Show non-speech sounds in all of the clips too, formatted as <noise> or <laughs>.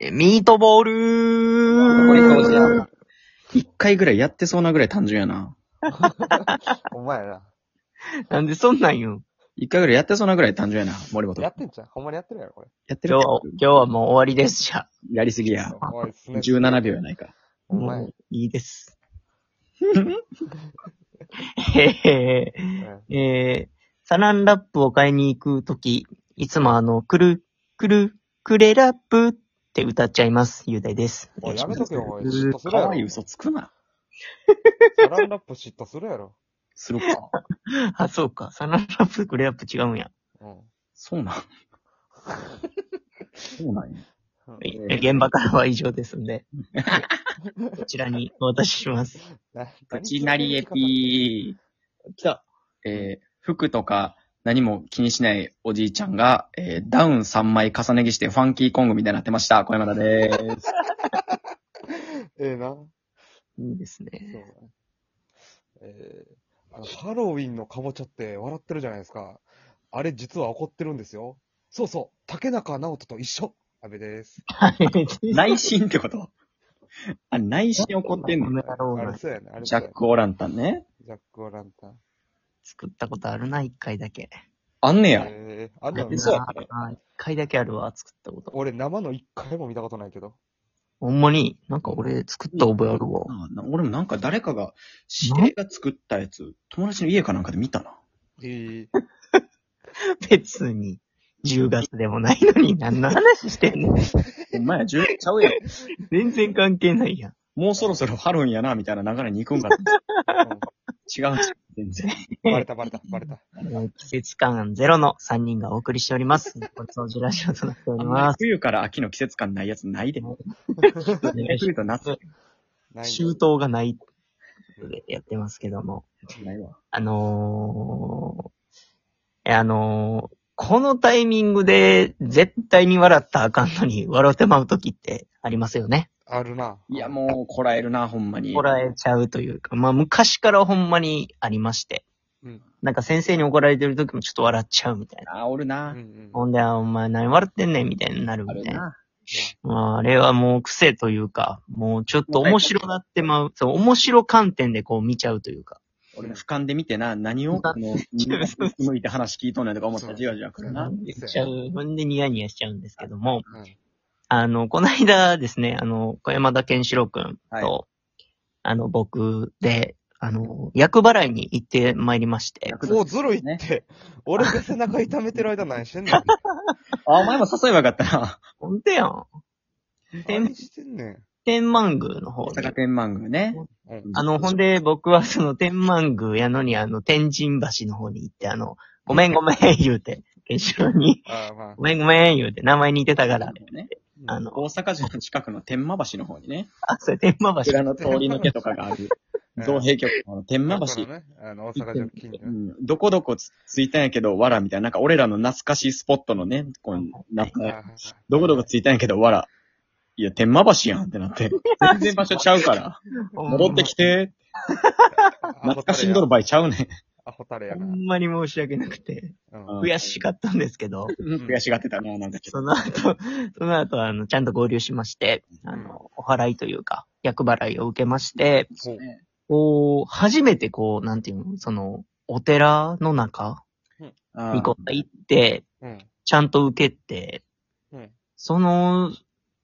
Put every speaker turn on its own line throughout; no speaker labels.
えミートボール
これ表示や
ー
ん
一回ぐらいやってそうなぐらい単純やな。
ほんまやな。
なんでそんなん言うん
一回ぐらいやってそうなぐらい単純やな、森本。
やってんじゃん。ほんまにやってるやろ、これ。
やってる
今日は、今日はもう終わりです、じゃあ。
やりすぎや。
おいすね
17秒やないか。
お前
もういい
<laughs>
です。へへへ。えー、サランラップを買いに行くとき、いつもあの、くる、くる、くれラップって歌っちゃいます。ゆうだいです。
おいやめとけよ、おい。
ず
嫉
ー
妬する
か
やろ
わい。い嘘つくな。
サランラップ嫉妬するやろ。
するか。
あ、そうか。サランラップ、くれラップ違うんや。
うん。
そ
<laughs>
うなん。そうなんや。
え現場からは以上ですんで。こちらにお渡しします。
な
ガチなりエ。ピー。来た。えー服とか何も気にしないおじいちゃんが、えーダウン3枚重ね着してファンキーコングみたいになってました。小山田でー
<laughs>
す。
ええな。そ
いいです
う
<laughs>
ね。
ね。えーあの、ハロウィンのカボチャって笑ってるじゃないですか。あれ実は怒ってるんですよ。そうそう。竹中直人と一緒。安倍です。
内心ってことあ、内心怒ってん
こ
の
の野郎
あ
が
れそうやね。あれ
ジ
そ
ャ
うや
ッ
ね
ク・オーランタンね。
ジャック・オーランタン。
作ったことあるな、一回だけ。
あんねや。
えー、あん
あ
な
る
の
な
見
そうやったね
あ一回だけあるわ、作ったこと。
俺生の一回も見たことないけど。
ほんまに、なんか俺作った覚えあるわ。
あな俺もなんか誰かが、知り合いが作ったやつ、友達の家かなんかで見たな。
えー、
別に、10月でもないのに何の話してんの
<laughs> お前、十ちゃうやん。
全然関係ないやん。
もうそろそろハロウィンやな、みたいな流れに行くんかな。違う違う、全然。
うんバレたバレたバレた。
もう季節感ゼロの3人がお送りしております。ごちそうじラジオとなっております。
冬から秋の季節感ないやつないで。
も
逆に言うと夏
ない
周到がないでやってますけども。
ないわ。
あのー、えあのー、このタイミングで絶対に笑ったらあかんのに笑うてまう時ってありますよね。
あるな。
いや、もう、こらえるな、ほんまに。
こらえちゃうというか、まあ昔からほんまにありまして。
うん。
なんか先生に怒られてる時もちょっと笑っちゃうみたいな。
あ、おる
うん
な
う。ん。
ほんで、あお前何笑ってんねんみたいになる
あ
み
る
たいな。
な。
まあ、あれはもう癖というか、もうちょっと面白なってまう。そう、面白観点でこう見ちゃうというか。
俺も俯瞰で見てな、何
俯
を、
瞰
あの、向いて話聞いとんねんとか思ったらじわじわくるな。
見ちゃう。ほんでニヤニヤしちゃうんですけども。
うん
あの、この間ですね、あの、小山田健志郎くんと、
は
あの、僕で、あの、厄払いに行ってまいりまして。
もうずるいって。俺が背中痛めてる間何してんねん。
あ、お前も誘えばよかったな。
ほんとやん。天
何してんねん。
天満宮の方
大
に
阪天満宮ね。
うん。
あの、ほんで、僕はその天満宮やのに、あの、天神橋の方に行って、あの、ごめんごめん言うて、健志郎に、
ああ、ま
ごめんごめん言うて、名前似てたから、
ね
あ。
あの、
大阪城の近くの天満橋の方にね、
あ、それ天満橋。
桜の通り抜けとかがある、造幣局の天満橋
あの。ねあの、大阪城近所
う
ね。
ん、どこどこつついたんやけど、わらみたいな、なんか俺らの懐かしいスポットのね、こう、なん
あ
か、
あ
どこどこついたんやけど、わら。いや、天満橋やんってなって。全然場所ちゃうから。戻ってきて、懐かしんどる場合ちゃうねん。
あ、ホタルや
ほ
な。
んまに申し訳なくて、
うん
悔しかったんですけど、
ん
悔しがってたな、なんだけど。
その後、 <laughs> その後、あの、ちゃんと合流しまして、あの、お払いというか、役払いを受けまして、
そう
ね
こう、初めてこう、なんていうの、その、お寺の中
あ
にこう行って、
うん。
ちゃんと受けて、
うん。
その、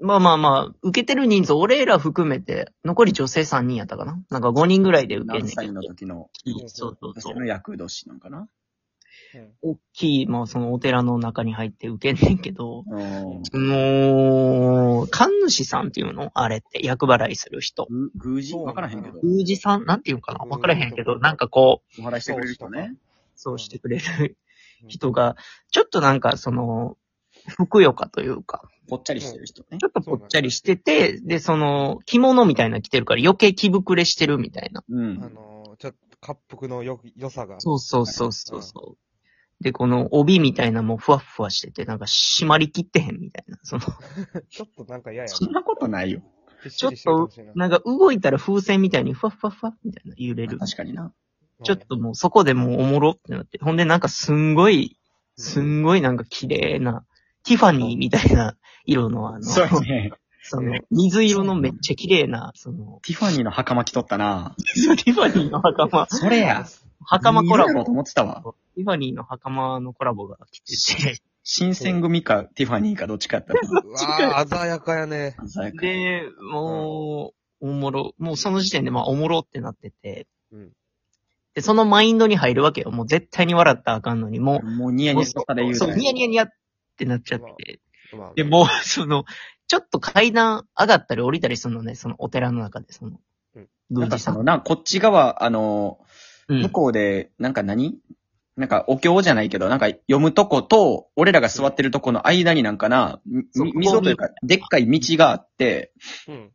まあまあまあ、受けてる人数、俺ら含めて、残り女性3人やったかななんか5人ぐらいで受けん
何
ねんけ
歳
ど。
の時の、
そうそうそう
私。の役年なんかな。
大きい、まあそのお寺の中に入って受けんねんけど、
うん
その、神主さんっていうのあれって、厄払いする人。
ぐ宮司わからへんけど、
宮司さんなんていうんかなわからへんけど、なんかこう、
お払いしてくれる人ね。
そうしてくれる人が、ちょっとなんかその、ふくよかというか、
ぽっちゃりしてる人ね
ち。ょっとぽっちゃりしてて、で、その、着物みたいなの着てるから余計着膨れしてるみたいな。
う
うん。あ
ん。
の、ちょっと、滑覆のよ、良さが。
そうそうそうそうそう。で、この帯みたいなもふわっふわしてて、なんか締まりきってへんみたいな。その、
<laughs> ちょっとなんか嫌や
そんなことないよ。
な。ちょっと、
なんか動いたら風船みたいにふわっふわっふわみたいな揺れる。
確かにな。
ちょっともうそこでもうおもろってなって。ほんでなんかすんごい、すんごいなんか綺麗な、ティファニーみたいな色のあの、
そうやね。
その、水色のめっちゃ綺麗な、その、
<laughs> ティファニーの袴着とったな。
<laughs> ティファニーの袴、
それや。
袴コラ
見ようと
ボ。
思ってたわ。
ティファニーの袴のコラボが来てて、
新選組かティファニーかどっちかやったら。
うわあ、鮮やかやね。
鮮やか
で、もう、おもろ、もうその時点でまあおもろってなってて、
うん
で、そのマインドに入るわけよ。もう絶対に笑ったらあかんのに、も
もうニ
う、
ヤニヤしとったで言うた
そう、
ら
ニヤニヤニヤってなっちゃって。
まあ
で、もう、 <laughs> その、ちょっと階段上がったり降りたりするのね、そのお寺の中で、その
うん、
な
宮
ん
司
かそ
さん。
の、な、こっち側、あの、
うん
向こうで、なんか何なんかお経じゃないけど、なんか読むとこと、俺らが座ってるとこの間になんかな、み
そう
溝というか、でっかい道があって、
うん。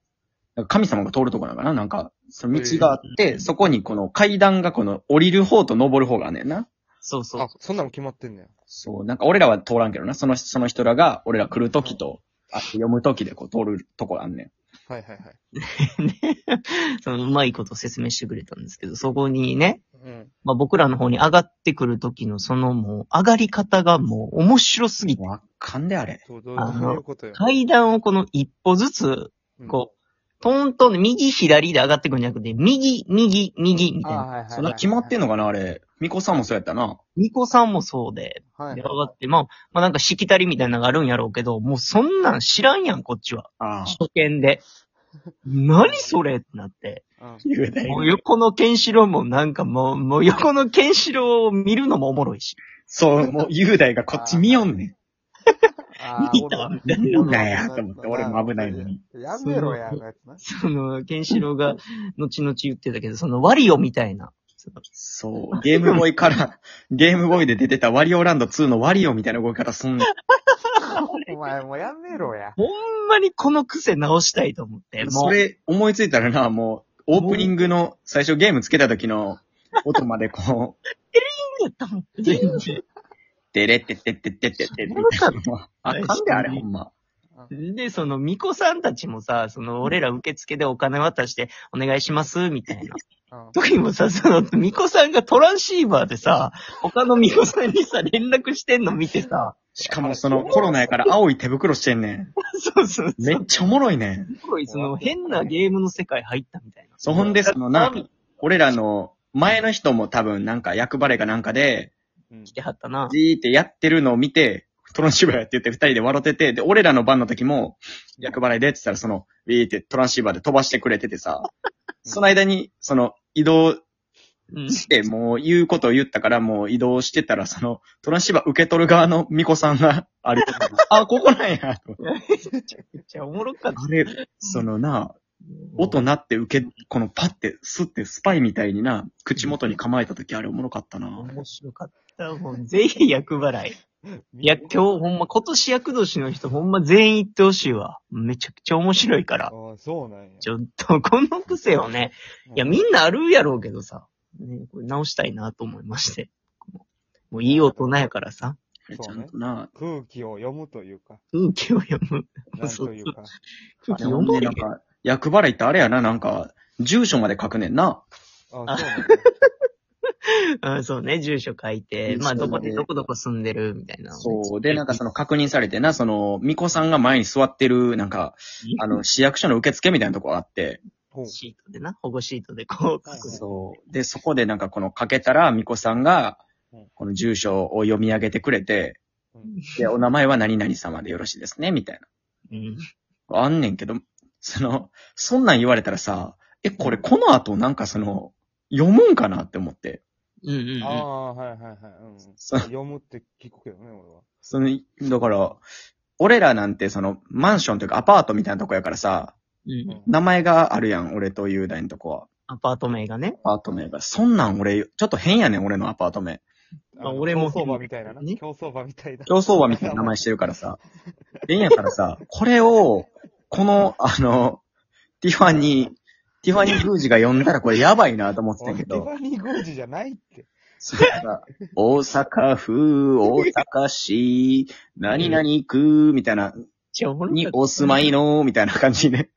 なんか神様が通るとこなのかななんか、その道があって、そこにこの階段がこの降りる方と登る方があんねんな。
そうそう
あ、。そんなの決まってんねや。
そう、なんか俺らは通らんけどな。その、その人らが、俺ら来るときと、あ読むときでこう通るとこあんねん。
はいはいはい。
ね、そのうまいこと説明してくれたんですけど、そこにね、
うん。
まあ、僕らの方に上がってくる時のそのもう上がり方がもう面白すぎて、
わっかんであれ。
そう、どう
あの
どういうことよ。
階段をこの一歩ずつ、
うん
こう、トントンで右左で上がってくるんじゃなくて、右、右、右みたい
あー
な。
はいはいはい
そんな決まってんのかなあれ。ミコさんもそうやったな。
ニコさんもそうで、
はい
で上がって、まあ、まあなんかしきたりみたいなのがあるんやろうけど、もうそんなん知らんやん、こっちは。
<laughs> ああ。
初見で。何それってなって。
うん
言うた
もう横のケンシロウもなんかもう、もう横のケンシロウを見るのもおもろいし。
そう、もう雄大がこっち見よんねん。
あー
見たわ
おる
な
お
ん
る
だやと思って、俺も危ないのに。
やめろや、あのやつな。
その、ケンシロウが後々言ってたけど、そのワリオみたいな。その
そう、ゲームボーイから、 <laughs> ゲームボーイで出てたワリオランド2のワリオみたいな動き方すん <laughs> ねん。
お前もうやめろや。
ほんまにこの癖直したいと思って、も、
そうれ思いついたらな、もう、オープニングの最初ゲームつけた時の音までこう、
全然
てれってってってってってってって。あかんであれ、ほんま。
で、その、巫女さんたちもさ、その、俺ら受付でお金渡して、お願いします、みたいな。
<laughs>
うん
時もさ、その、巫女さんがトランシーバーでさ、他の巫女さんにさ、連絡してんの見てさ、
しかもそのコロナやから青い手袋してんねん。
そうそうそう。
めっちゃおもろいねん。
すごい、その、変なゲームの世界入ったみたいな。
そう、ほんで、その、なんか、俺らの、前の人も多分、なんか、役バレかなんかで、
うん
来てはったな。
じーってやってるのを見て、トランシーバーやって言って二人で笑ってて、で、俺らの番の時も、役払いでって言ったら、その、ビーってトランシーバーで飛ばしてくれててさ、その間に、その、移動
うん。
して、もう言うことを言ったから、もう移動してたら、その、トランシーバー受け取る側の巫女さん <laughs> が、あれ、あ、ここなんや。
めっちゃおもろかった。
あれ、そのな、音鳴って受け、このパって、スってスパイみたいにな、口元に構えた時あれおもろかったな。
面白かった。もうぜひ役払い。いや、今日ほんま、今年役年の人ほんま全員行ってほしいわ。めちゃくちゃ面白いから。
ああ、そうなんや。
ちょっと、この癖をね、いや、みんなあるやろうけどさ、ね、これ直したいなと思いまして。もういい大人やからさ、
あれちゃんとな、
空気を読むというか、
空気を読む。
なんというか。
空気
で
読
も
む
ね、なんか、役払いってあれやな、なんか、住所まで書くねんな。
ああ、そうなんや。
うん、そうね、住所書いて、まあ、どこでどこどこ住んでる、みたいな。
そう。で、なんかその確認されてな、その、巫女さんが前に座ってる、なんか、あの、市役所の受付みたいなとこあって、
ほう
シートでな、保護シートでこう書く。
そう。で、そこでなんかこのかけたら、巫女さんが
うん、
この住所を読み上げてくれて、
うん
で、お名前は何々様でよろしいですね、みたい
うん。
な。あんねんけど、その、そんなん言われたらさ、え、これこの後なんかその、読むんかなって思って。
うんうんうん。
ああ、はいはいはい。うん、
そう
読むって聞くけどね、俺は。
その、だから、俺らなんてその、マンションというかアパートみたいなとこやからさ、
うん。
うん
名前があるやん、俺と雄大のとこは。
アパート名がね。
アパート名が。そんなん俺、ちょっと変やねん、俺のアパート名。
まあ俺も
競争場みたいなな
ね。
競争場みたいな。
競争はみたいな名前してるからさ。変やからさ、これを、この、あの、ティファニー、ティファニー・グージが呼んだらこれやばいなと思って
お
た
い
け
ティフ
ど、
ァニー・グージじゃないって。
それが大阪府、大阪市、何々区、みたいな、
じゃあ、ほ
にお住まいの、みたいな感じで、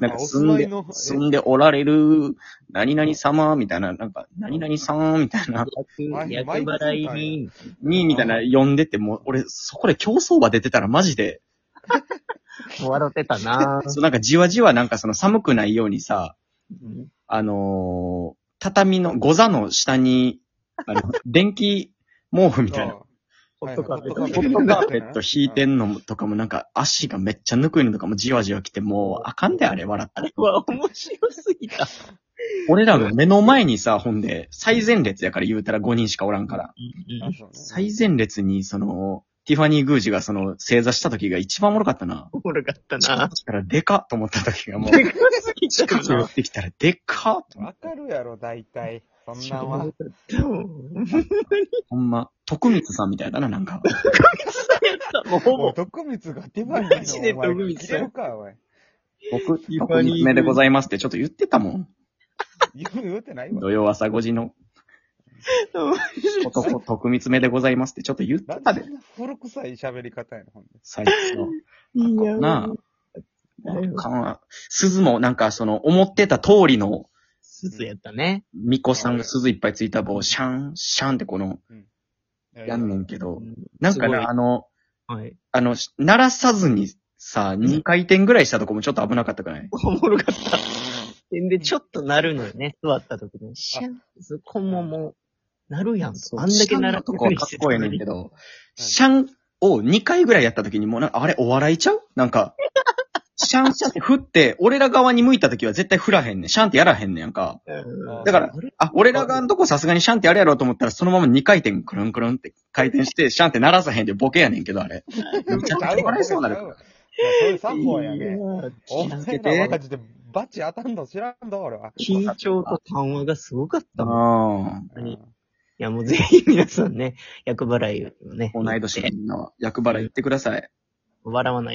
なんか住ん
あお住まい
で
の、
住んでおられる、何々様、みたいな、なんか、何々さん、みたいな、
役、役払いに、
に、みたいな、呼んでって、もう、俺、そこで競走馬出てたらマジで、
笑ってたな
そう、なんかじわじわなんかその寒くないようにさ、
うん
あのー畳の、ご座の下に、
<laughs>
あの、電気毛布みたいな。
ホットカーペット
は
ホ
い
ペ
はい
ッ
ホ
ト
ッ
カ
ト
ー
カ
ペ
ー
ッ
ット引いてんのとかもなんか足がめっちゃぬくいのとかもじわじわ来てもうあかんであれ笑ったら。
トは面白すぎた。
俺らの目の前にさ、ほんで、最前列やから言うたら5人しかおらんから。
あそうね
最前列に、その、ティファニー・グージがその、正座した時が一番おもろかったな。
おもろかったな。
だからでかっと思った時がもう、
でかすぎた
近く寄
な。
ってきたらでかっと思っ
わかるやろ、大体。そんなんは。
てほんま、徳光さんみたいだな、なんか。
もうほ
も
ぼ
う、徳光が手番にの。
マジで徳光さん
お前切れるか、お前。
僕、
ィファ
徳
ニー
光でございますってちょっと言ってたもん。
言う言うてないわ。
土曜朝5時の男、徳光めでございますってちょっと言って
なん
た
で
で
そ。んな古臭い喋り方やの、ほんで。
最初の。
いや
なあ
だよ。
かん鈴もなんかその、思ってた通りの、
すずやったね。
巫女さんが鈴いっぱいついた棒、シャン、シャンってこの、やんねんけど、なん
す
か
ごい
な、あの、
はい。
あの、し鳴らさずにさ、2回転ぐらいしたとこもちょっと危なかったくない
おもろかった。で、ちょっと鳴るのよね。座った時に。シャン、そこももう、鳴るやん。あんだけ鳴ら
とこはかっこええねんけ
ど。
ど、シャンを2回ぐらいやった時にもうなんか、あれお笑いちゃうなんか、シャンシャンって振って、俺ら側に向いた時は絶対振らへんねん。シャンってやらへんねんやんか。
うん
だから、あ、俺ら側のとこさすがにシャンってやるやろうと思ったら、そのまま2回転くるんくるんって回転して、シャンって鳴らさへんでボケやねんけど、あれ。めちゃくちゃ <laughs> 笑いそうになるから。
そういう三本や
いや
ね。
ー
お
緊
前らマジでバチ当たんの知らんだ、俺は。
緊張と緩和がすごかったもん。い
ああ。
何や、もうぜひ皆さんね、役払いをね。
同い年のみんなは、役払い行ってください。
笑わないように